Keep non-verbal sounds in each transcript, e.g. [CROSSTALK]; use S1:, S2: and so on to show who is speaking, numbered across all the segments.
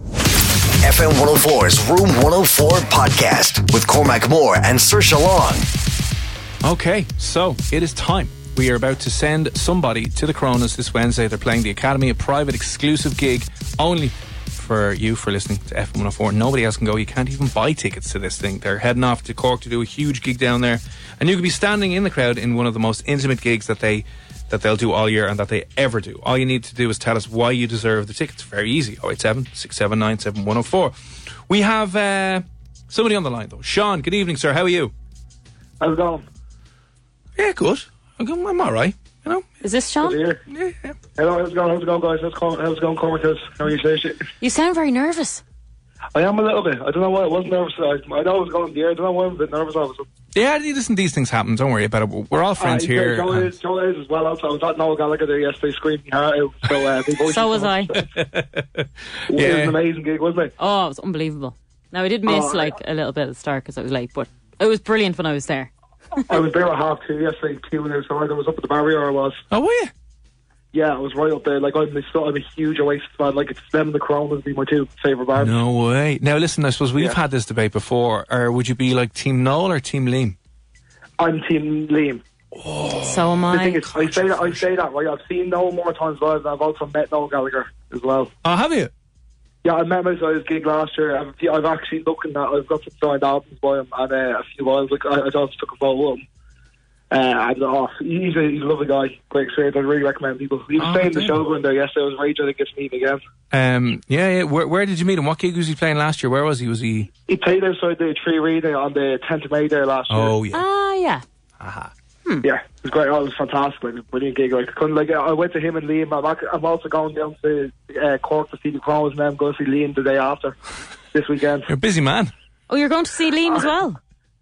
S1: FM 104's Room 104 podcast with Cormac Moore and Sir Long.
S2: Okay, so it is time. We are about to send somebody to the Coronas this Wednesday. They're playing the Academy, a private exclusive gig only for you for listening to F104. Nobody else can go. You can't even buy tickets to this thing. They're heading off to Cork to do a huge gig down there. And you could be standing in the crowd in one of the most intimate gigs that they that they'll do all year and that they ever do. All you need to do is tell us why you deserve the tickets. Very easy. 087 679 7104. We have uh, somebody on the line though. Sean, good evening, sir. How are you?
S3: How's it going?
S2: Yeah, good. I'm, go- I'm all right. You know,
S4: Is this Sean?
S3: Here.
S2: yeah, yeah.
S3: Hello, how's it going? How's it going, guys? How's it going, how's it going Cormac? How's, how are you say shit?
S4: You sound very nervous.
S3: I am a little bit. I don't know why I wasn't nervous. I, I know I was going in the air. I don't know why I'm a bit nervous. I was
S2: Yeah, listen, these things happen. Don't worry about it. We're all friends
S3: Uh,
S2: here. um,
S3: Joe
S2: and-
S3: is, Joe is as well. Also, I was at Noel Gallagher there yesterday screaming her out.
S2: [LAUGHS]
S3: So, uh, big voice.
S4: So was I.
S3: It was
S2: Yeah.
S3: an amazing gig, wasn't it?
S4: Oh, it was unbelievable. Now I did miss
S3: Oh, I-
S4: like a little bit at the start because I was late, but it was brilliant when I was there.
S3: I was there at half two yesterday, queuing outside. I was up at the barrier. I was.
S2: oh, were you?
S3: Yeah, I was right up there. Like I'm, this, I'm a huge Oasis fan. Like it's them and the Crown would be my two favorite bands.
S2: No way. Now, listen, I suppose we've
S3: Yeah.
S2: had this debate before. Or would you be like Team Noel or Team Liam?
S3: I'm Team Liam.
S4: So am
S3: The thing
S4: I.
S3: is, I say that I say that right. I've seen Noel more times live, and I've also met Noel Gallagher as well.
S2: Oh, have you?
S3: Yeah, I met him at his gig last year. I've, I've actually looking at. I've got some signed albums by him and uh, a few albums. Like I, I just took a photo of him. Uh, and oh, he's a, he's a lovely guy. Great experience. I really recommend people. He was
S2: Oh,
S3: staying in the
S2: dear.
S3: show going there yesterday. I was raging. I didn't get to meet him again.
S2: Um, yeah, yeah. Where, where did you meet him? What gig was he playing last year? Where was he? Was he?
S3: He played outside the Tree Reading on the 10th of May there last year.
S2: Oh, yeah.
S4: Ah, yeah.
S3: Yeah, it was great. Oh, it was fantastic. Like, it was a brilliant gig. Like, couldn't, like, I went to him and Liam. I'm, ac- I'm also going down to uh, Cork to see the Crows, and then I'm going to see Liam the day after this weekend.
S2: You're a busy man.
S4: Oh, you're going to see Liam as well.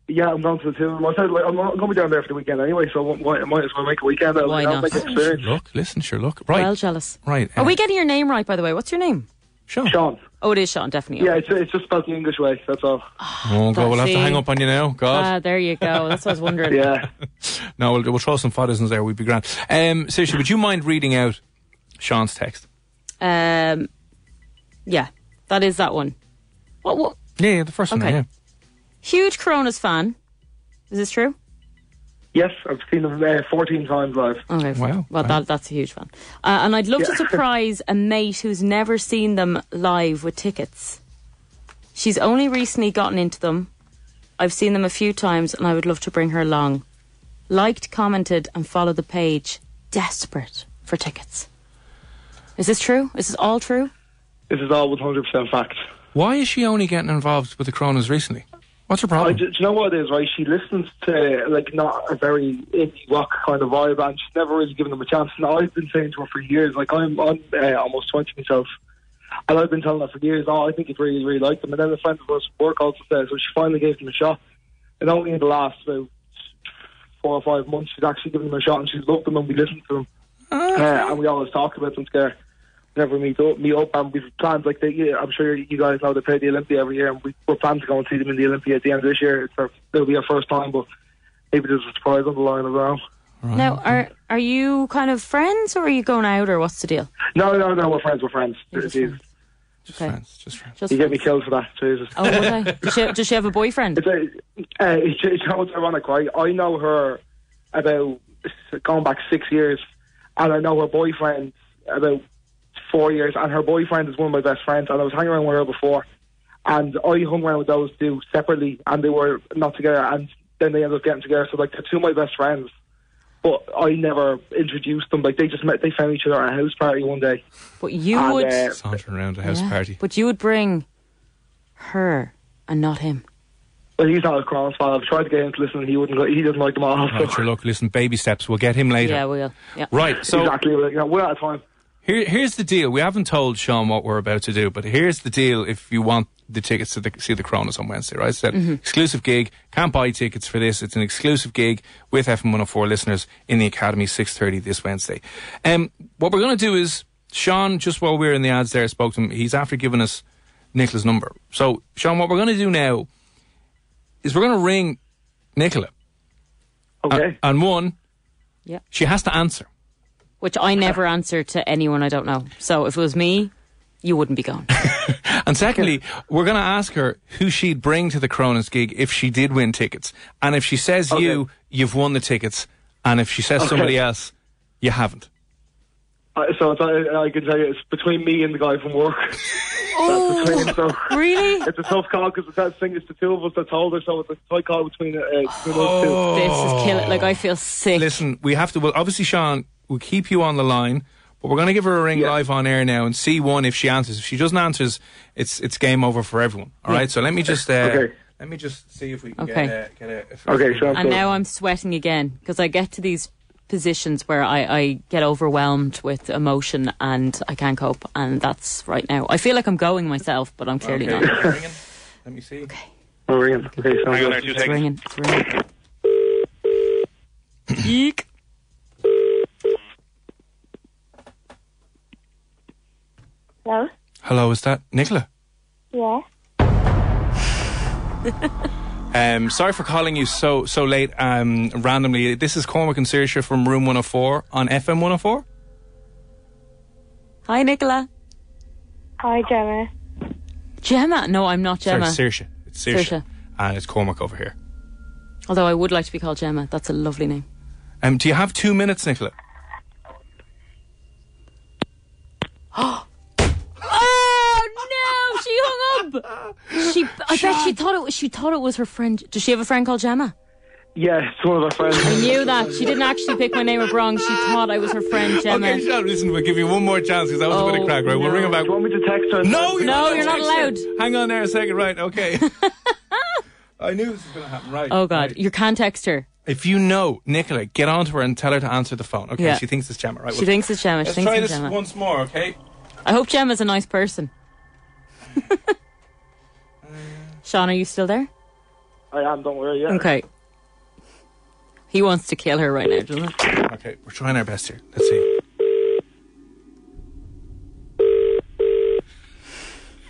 S3: Yeah, I'm going to the two. of them. I said, like, I'm, I'm going to be down there for the weekend anyway, so I might, I might as well make a weekend. out of it.
S4: Why
S3: I'll
S4: not?
S3: make an experience.
S2: Look, listen, sure. Look, right,
S4: Well, jealous.
S2: right. uh,
S4: Are we getting your name right, by the way? What's your name?
S2: Sean?
S3: Sean.
S4: Oh, it is Sean, definitely.
S3: Yeah, it's, it's just about the English way. That's
S4: [LAUGHS]
S3: all.
S2: Oh God, we'll have to
S4: See?
S2: hang up on you now. God,
S4: Ah, there you go. That's what I
S3: [LAUGHS]
S4: was wondering.
S3: Yeah.
S2: no, we'll, we'll throw some photos in there. We'd be grand. Um, seriously, would you mind reading out Sean's text?
S4: Um, yeah, that is that one. What? what?
S2: Yeah, yeah the first one.
S4: Okay.
S2: Yeah.
S4: Huge Coronas fan. Is this true?
S3: Yes, I've seen them uh, 14 times live.
S4: Okay.
S2: Wow, wow.
S4: Well, That, that's a huge fan. Uh, and I'd
S3: [LAUGHS]
S4: love to surprise a mate who's never seen them live with tickets. She's only recently gotten into them. I've seen them a few times and I would love to bring her along. Liked, commented, and followed the page. Desperate for tickets. Is this true? Is this all true?
S3: This is all 100% fact.
S2: Why is she only getting involved with the Coronas recently? What's her
S3: I
S2: problem?
S3: ju- do you know what it is, right? She listens to like not a very indie rock kind of vibe, and she's never really given them a chance. And I've been saying to her for years, like I'm, I'm uh, almost twenty myself, and I've been telling her for years, oh, I think you really, really like them. And then a friend of us from work also says, so she finally gave them a shot. And only in the last about four or five months, she's actually given them a shot, and she's loved them, and we listened to them, uh, and we always talk about them together. Whenever we meet up, meet up, and we've planned like they, yeah, I'm sure you guys know they play the Olympia every year, and we, we're planning to go and see them in the Olympia at the end of this year. It's our, it'll be our first time, but maybe there's a surprise on the line as well.
S4: Now, are are you kind of friends or are you going out or what's the deal?
S3: No, no, no, we're friends. We're friends. Jesus.
S2: just
S4: okay.
S2: friends, just friends.
S4: Just
S3: You get me
S4: friends.
S3: killed for that, Jesus.
S4: Oh, would I? Does she, does she have a boyfriend?
S3: It's, a, uh, [LAUGHS] it's, it's almost ironic, right? I know her about going back six years, and I know her boyfriend about four years, and her boyfriend is one of my best friends, and I was hanging around with her before, and I hung around with those two separately, and they were not together, and then they ended up getting together. So like they're two of my best friends, but I never introduced them. Like they just met, they found each other at a house party one day.
S4: But you
S3: And,
S4: would.
S3: uh,
S2: Sauntering around a house
S4: Yeah,
S2: party.
S4: But you would bring her and not him.
S3: But he's not a Crohn's fan. I've tried to get him to listen, and he wouldn't. li- He doesn't like them all. [LAUGHS]
S2: Right, sure, look, listen, baby steps. We'll get him later.
S4: Yeah, we'll. Yeah.
S2: Right, so
S3: exactly, like, you know, we're out of time.
S2: Here, here's the deal. We haven't told Sean what we're about to do, but here's the deal. If you want the tickets to the, see the Cronus on Wednesday, right? It's an exclusive gig. Can't buy tickets for this. It's an exclusive gig with FM 104 listeners in the Academy 6:30 this Wednesday. Um, what we're going to do is Sean. Just while we were in the ads, there I spoke to him. He's after giving us Nicola's number. So Sean, what we're going to do now is we're going to ring Nicola,
S3: Okay.
S2: and one,
S4: Yeah.
S2: she has to answer.
S4: Which I never answer to anyone I don't know. So if it was me, you wouldn't be gone.
S2: And secondly, we're going to ask her who she'd bring to the Cronus gig if she did win tickets. And if she says you, you've won the tickets. And if she says somebody else, you haven't.
S3: Uh, so it's, I, I can tell you, it's between me and the guy from work. [LAUGHS] That's between, so
S4: [LAUGHS] really?
S3: it's a tough call because that thing is the two of us that told her, so it's a tight call between, uh, between those two.
S5: Oh!
S4: This is killing. Like I feel sick.
S2: Oh. Listen, we have to. Well, obviously, Sean, we'll keep you on the line, but we're going to give her a ring live on air now and see one if she answers. If she doesn't answer, it's it's game over for everyone. All right. So let me just uh,
S3: Okay.
S2: let me just see if we can
S4: Okay.
S2: get, uh, get a.
S3: Okay, so
S4: And now I'm sweating again because I get to these positions where I, I get overwhelmed with emotion and I can't cope. And that's right now. I feel like I'm going myself, but I'm clearly
S2: Okay,
S4: not.
S2: ringing. Let me see.
S3: we're ringing. Okay, so
S5: Hang on there two
S4: It's
S5: seconds.
S4: ringing. It's ringing. Eek.
S6: Hello?
S2: Hello, is that Nicola?
S6: Yeah.
S2: Um, sorry for calling you so so late um, randomly. This is Cormac and Saoirse from Room 104 on FM 104.
S4: Hi, Nicola.
S6: Hi, Gemma.
S4: Gemma. No, I'm not Gemma.
S2: Sorry, Saoirse. It's Saoirse.
S4: Saoirse.
S2: And it's Cormac over here.
S4: Although I would like to be called Gemma. That's a lovely name.
S2: Um, do you have two minutes, Nicola?
S4: Oh no, she hung up. She, I bet she thought it. Was, she thought it was her friend. Does she have a friend called Gemma?
S3: yeah, it's one of our
S4: I
S3: friends.
S4: knew that she didn't actually pick my name up wrong. She thought I was her friend Gemma.
S2: Okay, Sean, listen, we'll give you one more chance because that was a bit of
S4: Oh,
S2: crack, right? We'll ring him back.
S3: Do you want me to text her?
S2: No, you're
S4: No,
S2: not,
S4: you're not
S2: text her. Hang on there a second, right?
S4: [LAUGHS]
S2: Okay. I knew this was going to happen, right?
S4: oh God,
S2: right.
S4: you can't text her.
S2: If you know Nicola, get on to her and tell her to answer the phone. Okay,
S4: Yeah.
S2: she thinks it's Gemma, right?
S4: She
S2: well,
S4: thinks it's Gemma. She
S2: Let's
S4: thinks
S2: try
S4: it's
S2: this
S4: Gemma.
S2: once more, okay?
S4: I hope Gemma's a nice person. Sean, are you still there?
S3: I am, don't worry, yeah.
S4: Okay. He wants to kill her right now, doesn't he?
S2: Okay, we're trying our best here. Let's see.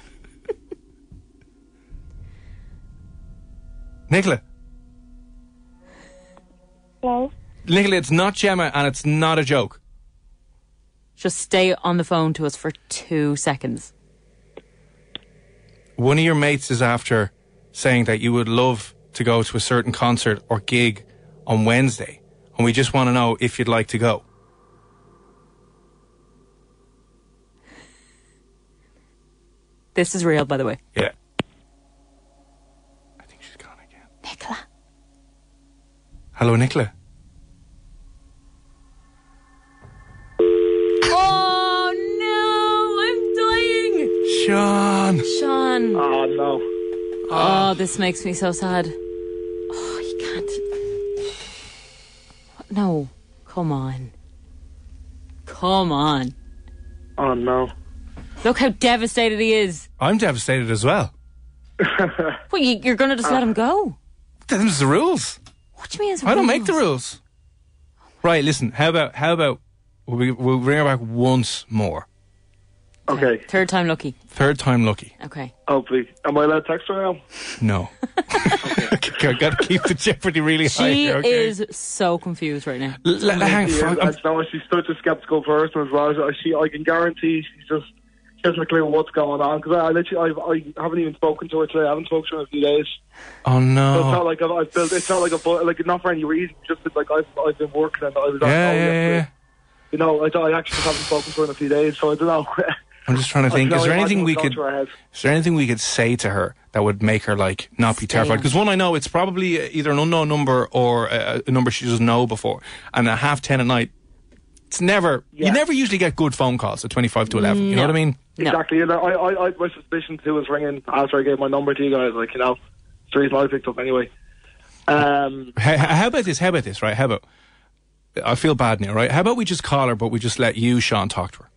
S2: [LAUGHS] Nicola,
S6: Hello?
S2: Nicola, it's not Gemma, and it's not a joke.
S4: Just stay on the phone to us for two seconds.
S2: One of your mates is after saying that you would love to go to a certain concert or gig on Wednesday, and we just want to know if you'd like to go.
S4: This is real, by the way.
S2: Yeah. I think she's gone again.
S4: Nicola.
S2: Hello, Nicola.
S4: Oh no, I'm dying.
S2: Sean.
S4: Sean.
S3: Oh, no.
S4: Oh, this makes me so sad. Oh, you can't. What? No, come on. Come on.
S3: Oh, no.
S4: Look how devastated he is.
S2: I'm devastated as well.
S4: Well, you, you're going to
S2: Uh,
S4: just let him go.
S2: Them's the rules.
S4: What do you mean? it's
S2: I don't make the
S4: rules?
S2: rules. Right, listen. How about how about we we'll bring her back once more.
S3: Okay,
S4: Third time lucky.
S2: Third time lucky.
S4: Okay.
S3: hopefully. Am I allowed to text her now?
S2: No. [LAUGHS] okay. I got to keep the jeopardy really high.
S4: She
S2: here, okay?
S4: is so confused right now.
S2: L- l- hang
S3: She is,
S2: on.
S3: and no, she's such a skeptical person as well. So She, I can guarantee she's just she hasn't a clue what's going on because I, I literally I've, I haven't even spoken to her today. I haven't spoken to her in a few days.
S2: Oh
S3: So it's not
S2: no.
S3: like I've, I've built. It's not like a bu- like not for any reason. Just that, like I've I've been working and I was
S2: Yeah,
S3: at home
S2: yeah, yeah,
S3: yesterday.
S2: yeah.
S3: You know, I, don't- I actually haven't spoken to her in a few days, so I don't know. [LAUGHS]
S2: I'm just trying to think.
S3: No,
S2: Is there
S3: it
S2: anything
S3: hasn't
S2: we
S3: gone
S2: could?
S3: to her head.
S2: Is there anything we could say to her that would make her like not be
S4: Stay
S2: terrified?
S4: on.
S2: Because one, I know it's probably uh, either an unknown number or uh, a, a number she doesn't know before, and at half ten at night, it's never.
S3: Yeah.
S2: You never usually get good phone calls at twenty five to eleven. You know
S4: No.
S2: what I mean?
S4: No.
S3: Exactly. And I, I, I, my suspicions who was ringing after I gave my number to you guys. Like, you know, it's the reason I picked up anyway. Um,
S2: How, how about this? How about this? Right? How about? I feel bad now, right? How about we just call her, but we just let you, Sean, talk to her.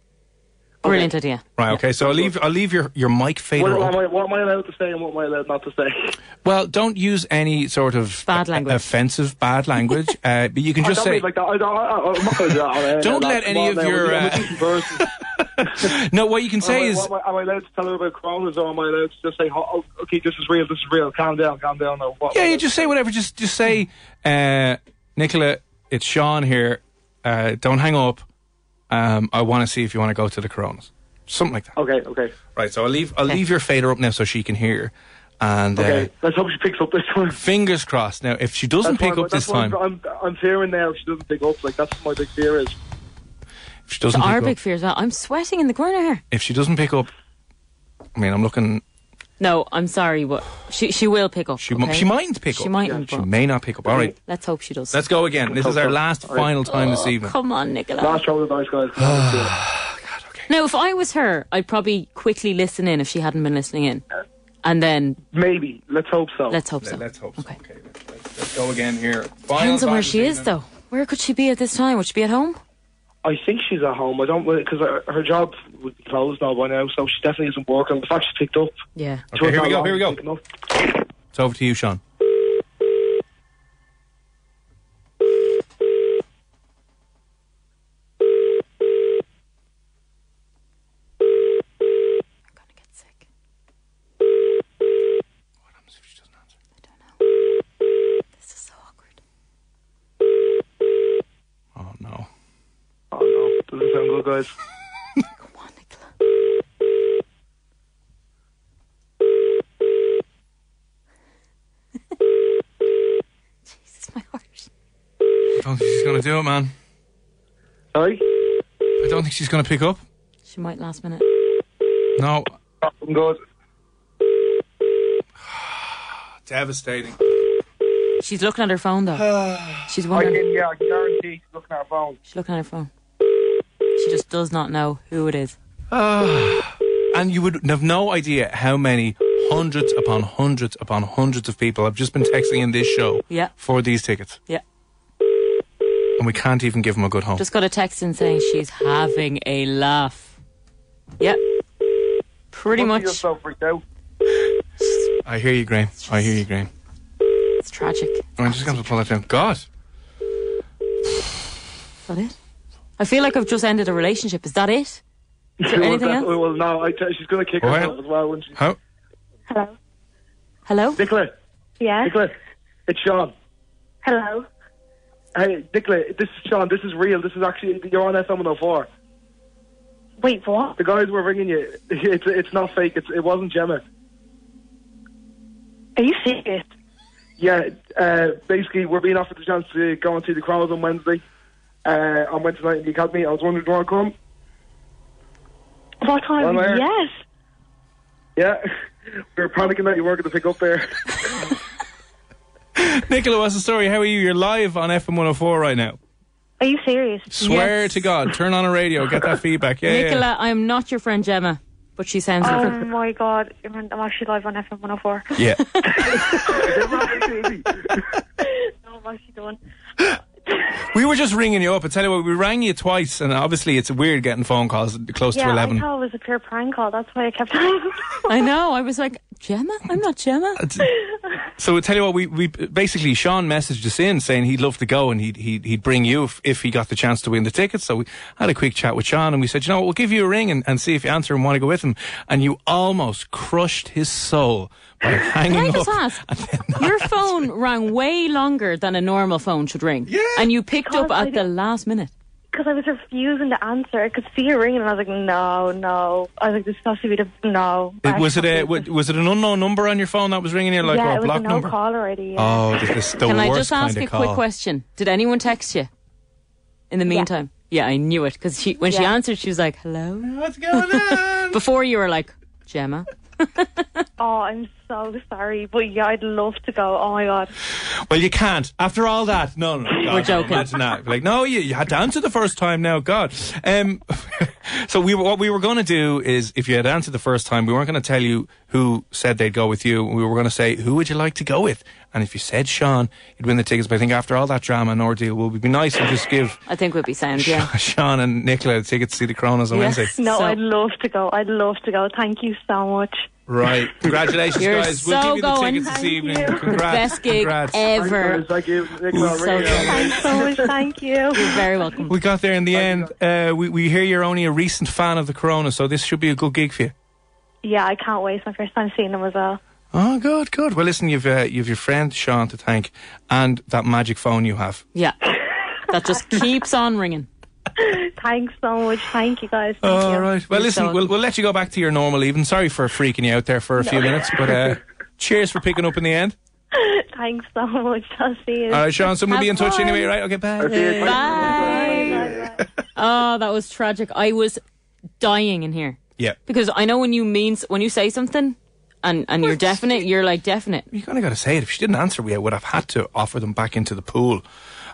S4: Brilliant idea.
S2: Right? Okay. So I'll leave. I'll leave your your mic
S3: what,
S2: fader.
S3: what,
S2: up.
S3: am I, what am I allowed to say and what am I allowed not to say?
S2: Well, don't use any sort of
S4: Bad
S2: o-
S4: language.
S2: offensive bad
S3: [LAUGHS]
S2: language. uh, but you can just
S3: [LAUGHS] I Oh, don't
S2: say
S3: mean like that. I don't, I, I, I'm not going to do that. on air.
S2: Don't
S3: Like,
S2: let
S3: come
S2: any
S3: on
S2: of
S3: now,
S2: your,
S3: I'm a
S2: uh,
S3: decent person.
S2: no. What you can
S3: Am I-
S2: say is
S3: Oh, what am, I, am I allowed to tell her about coronas or am I allowed to just say, oh, oh, okay, this is real, this is real, calm down, calm down? Or what,
S2: Yeah, you just say whatever. Just just say, uh, Nicola, it's Sean here. Uh, don't hang up. Um, I want to see if you want to go to the Coronas, something like that.
S3: Okay, okay.
S2: Right. So I'll leave I'll leave your fader up now so she can hear. And
S3: Okay,
S2: uh,
S3: let's hope she picks up this time.
S2: fingers crossed. Now, if she doesn't
S3: That's
S2: pick
S3: why-
S2: up
S3: that's
S2: this
S3: why
S2: time,
S3: I'm, I'm fearing now if she doesn't pick up. Like, that's what my big fear is.
S2: if she doesn't
S4: It's our
S2: pick
S4: big
S2: up,
S4: fear as well. I'm sweating in the corner here.
S2: if she doesn't pick up, I mean, I'm looking.
S4: No, I'm sorry, but she she will pick up.
S2: She
S4: okay?
S2: mi- she mightn't pick
S4: She
S2: up.
S4: mightn't.
S2: She
S4: but
S2: may not pick up. All right.
S4: Let's hope she does.
S2: Let's go again. This is our last final time this evening.
S4: Oh, Come on, Nicola.
S3: Last round of those guys.
S2: [SIGHS]
S3: Come
S4: Now, if I was her, I'd probably quickly listen in if she hadn't been listening in, and then
S3: on, Maybe. Let's hope so.
S4: let's hope so.
S2: Let's hope. So.
S4: Okay.
S2: okay let's, let's go again here. Final
S4: Depends on
S2: time
S4: where
S2: this
S4: she is,
S2: evening.
S4: though. Where could she be at this time? Would she be at home?
S3: I think she's at home. I don't because her, her job would be closed now by now, so she definitely isn't working. The fact she picked up.
S4: Yeah.
S3: She wasn't
S2: here we
S3: that
S2: go, here we
S3: long
S2: go.
S3: picking up.
S2: It's over to you, Sean.
S4: I'm gonna get sick. This is so awkward.
S2: Oh no.
S3: Oh no, doesn't sound good, guys.
S4: Come on, Nicola. [LAUGHS] Jesus, my heart.
S2: I don't think she's gonna do it, man.
S3: Sorry,
S2: I don't think she's gonna pick up.
S4: She might last minute.
S2: No.
S3: I'm good.
S2: Devastating.
S4: She's looking at her phone though.
S3: [SIGHS]
S4: She's wondering.
S3: Oh, yeah, I can guarantee she's looking at her phone.
S4: She's looking at her phone. She just does not know who it is.
S2: And you would have no idea how many hundreds upon hundreds upon hundreds of people have just been texting in this show
S4: Yeah.
S2: for these tickets.
S4: Yeah.
S2: And we can't even give them a good home.
S4: Just got a text in saying she's having a laugh. Yeah. Pretty much.
S3: freaked out.
S2: I hear you, Graham. I hear you, Graham.
S4: It's tragic.
S2: I'm just gonna pull that down. God.
S4: Is that it? I feel like I've just ended a relationship. Is that it? Is there anything else?
S3: [LAUGHS] Well, no, I tell, she's going to kick
S2: Well,
S3: herself as well, wouldn't she?
S2: How
S6: Hello.
S4: Hello?
S3: Nicola,
S6: Yeah.
S3: Nicola, it's Sean.
S6: Hello.
S3: Hey, Nicola, this is Sean. This is real. This is actually you're on FM 104.
S6: Wait, what?
S3: The guys were ringing you. [LAUGHS] It's it's not fake. It's it wasn't Gemma.
S6: Are you serious?
S3: Yeah, uh, basically, we're being offered the chance to go and see the crowds on Wednesday. Uh, on Wednesday night in the academy, I was wondering, do you want to come?
S6: What time?
S3: Well, there-
S6: yes.
S3: Yeah, [LAUGHS] we were panicking that you weren't going to pick up there. [LAUGHS]
S2: Nicola, what's the story? How are you? You're live on FM 104 right now.
S6: Are you serious?
S2: Swear
S4: Yes.
S2: to God, turn on a radio, get that feedback. Yeah, yeah, yeah.
S4: Nicola, I am not your friend Gemma, but she sounds
S6: Oh
S3: Um.
S4: different.
S6: my god, I'm I'm actually live on
S2: [LAUGHS]
S6: FM 104.
S2: Yeah.
S6: No, I'm actually done.
S2: we were just ringing you up. I tell you what, we rang you twice, and obviously it's weird getting phone calls close
S6: Yeah,
S2: to
S6: I
S2: 11.
S6: thought it was a pure prank call. That's why I kept.
S4: [LAUGHS]
S6: [LAUGHS]
S4: I know. I was like, Gemma? I'm not Gemma.
S2: So I tell you what, we, we basically Sean messaged us in saying he'd love to go and he'd he'd, he'd bring you if, if he got the chance to win the tickets. So we had a quick chat with Sean and we said, you know what, we'll give you a ring and, and see if you answer and want to go with him. And you almost crushed his soul by hanging
S4: [GASPS] Can I
S2: up.
S4: just
S2: [LAUGHS]
S4: ask? Your phone rang way longer than a normal phone should ring. Yeah. And you picked up
S6: Because I
S4: at the last minute.
S6: Because I was refusing to answer. I could see her ringing, and I was like, no, no. I was like, this has to be the no.
S2: It-
S6: I
S2: was it
S6: can't
S2: a
S4: [LAUGHS]
S6: do
S2: wa- was it an unknown number on your phone that was ringing you like
S6: yeah,
S2: or a
S6: it was
S2: block
S6: a no
S2: number?
S6: call already. Yeah.
S2: Oh, this is the
S4: Can I
S2: worst
S4: just ask
S2: kind
S4: a
S2: of call.
S4: quick question? Did anyone text you in the meantime? Yeah, I knew it because she when she
S5: Yeah.
S4: answered, she was like, "Hello."
S2: What's
S4: [LAUGHS]
S2: going on?
S4: Before you were like, "Gemma."
S6: Oh, I'm so sorry, but yeah, I'd love to go. Oh my god.
S2: well, you can't. After all that, no, no, God,
S4: We're joking.
S2: Imagine that. Like, no, you, you had to answer the first time. Now, God. Um, [LAUGHS] so we were- what we were going to do is, if you had answered the first time, we weren't going to tell you who said they'd go with you. We were going to say who would you like to go with, and if you said Sean, you'd win the tickets. But I think after all that drama and ordeal, we'll be nice and just give
S4: I think we'd be sound. Yeah.
S2: Sean and Nicola the tickets to see the Kronos on Wednesday.
S6: No,
S4: So-
S6: I'd love to go. I'd love to go. Thank you so much.
S2: Right. Congratulations,
S4: You're
S2: guys.
S4: so
S2: we'll give you the
S4: going.
S2: tickets this
S6: Thank
S2: evening.
S6: you.
S2: [LAUGHS] Congrats.
S4: Best gig
S2: Congrats.
S4: ever.
S3: Thanks, Thank you. Nicola,
S4: So
S3: really,
S4: good.
S3: uh,
S6: Thanks so much. Thank you.
S4: You're very welcome.
S2: We got there in the end. Uh, we, we hear you're only a recent fan of the Corona, so this should be a good gig for you.
S6: [LAUGHS] Yeah, I can't wait. It's my first time seeing them as well.
S2: Oh, good, good. Well, listen, you've uh, you've your friend Sean to thank, and that magic phone you have.
S4: Yeah. That just keeps on ringing.
S6: Thanks so much. Thank you guys. Thank
S2: All
S6: you.
S2: right. Well,
S4: You're
S2: listen,
S4: so
S2: we'll we'll let you go back to your normal even. Sorry for freaking you out there for a few minutes, but uh, cheers for picking up in the end.
S6: [LAUGHS] Thanks so much. I'll see you.
S2: All right, Sean. So we'll
S4: Have
S2: be in touch
S4: fun.
S2: anyway. Right? Okay. Bye.
S3: cheers.
S4: Bye. Oh, that was tragic. I was dying in here
S2: Yeah.
S4: because I know when you mean s- when you say something and and you're definite, you're like definite.
S2: you kind of got to say it. If she didn't answer, we would have had to offer them back into the pool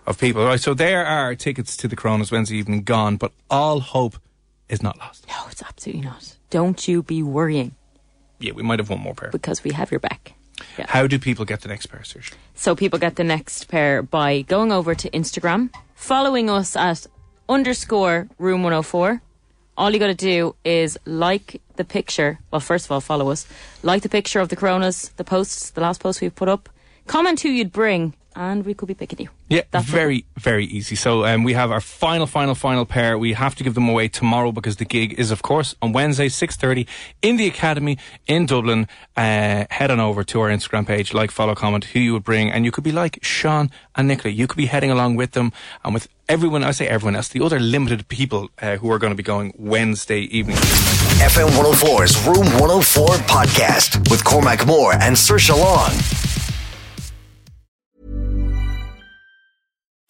S2: of people. Right, so there are tickets to the Coronas Wednesday evening gone, but all hope is not lost.
S4: No, Oh, it's absolutely not. Don't you be worrying
S2: Yeah, we might have one more pair.
S4: because we have your back.
S2: How do people get the next pair, Serge?
S4: So people get the next pair by going over to Instagram, following us at underscore room 104. All you got to do is like the picture. Well, first of all, follow us. Like the picture of the Coronas, the posts, the last post we've put up. Comment who you'd bring, and we could be picking you.
S2: Yeah,
S4: That's
S2: very, very easy. So um, we have our final, final, final pair. We have to give them away tomorrow because the gig is, of course, on Wednesday, 6.30 in the Academy in Dublin. Uh, head on over to our Instagram page, like, follow, comment, who you would bring. And you could be like Sean and Nicola. You could be heading along with them and with everyone, I say everyone else, the other limited people uh, who are going to be going Wednesday evening.
S1: FM 104's Room 104 podcast with Cormac Moore and Sir Long.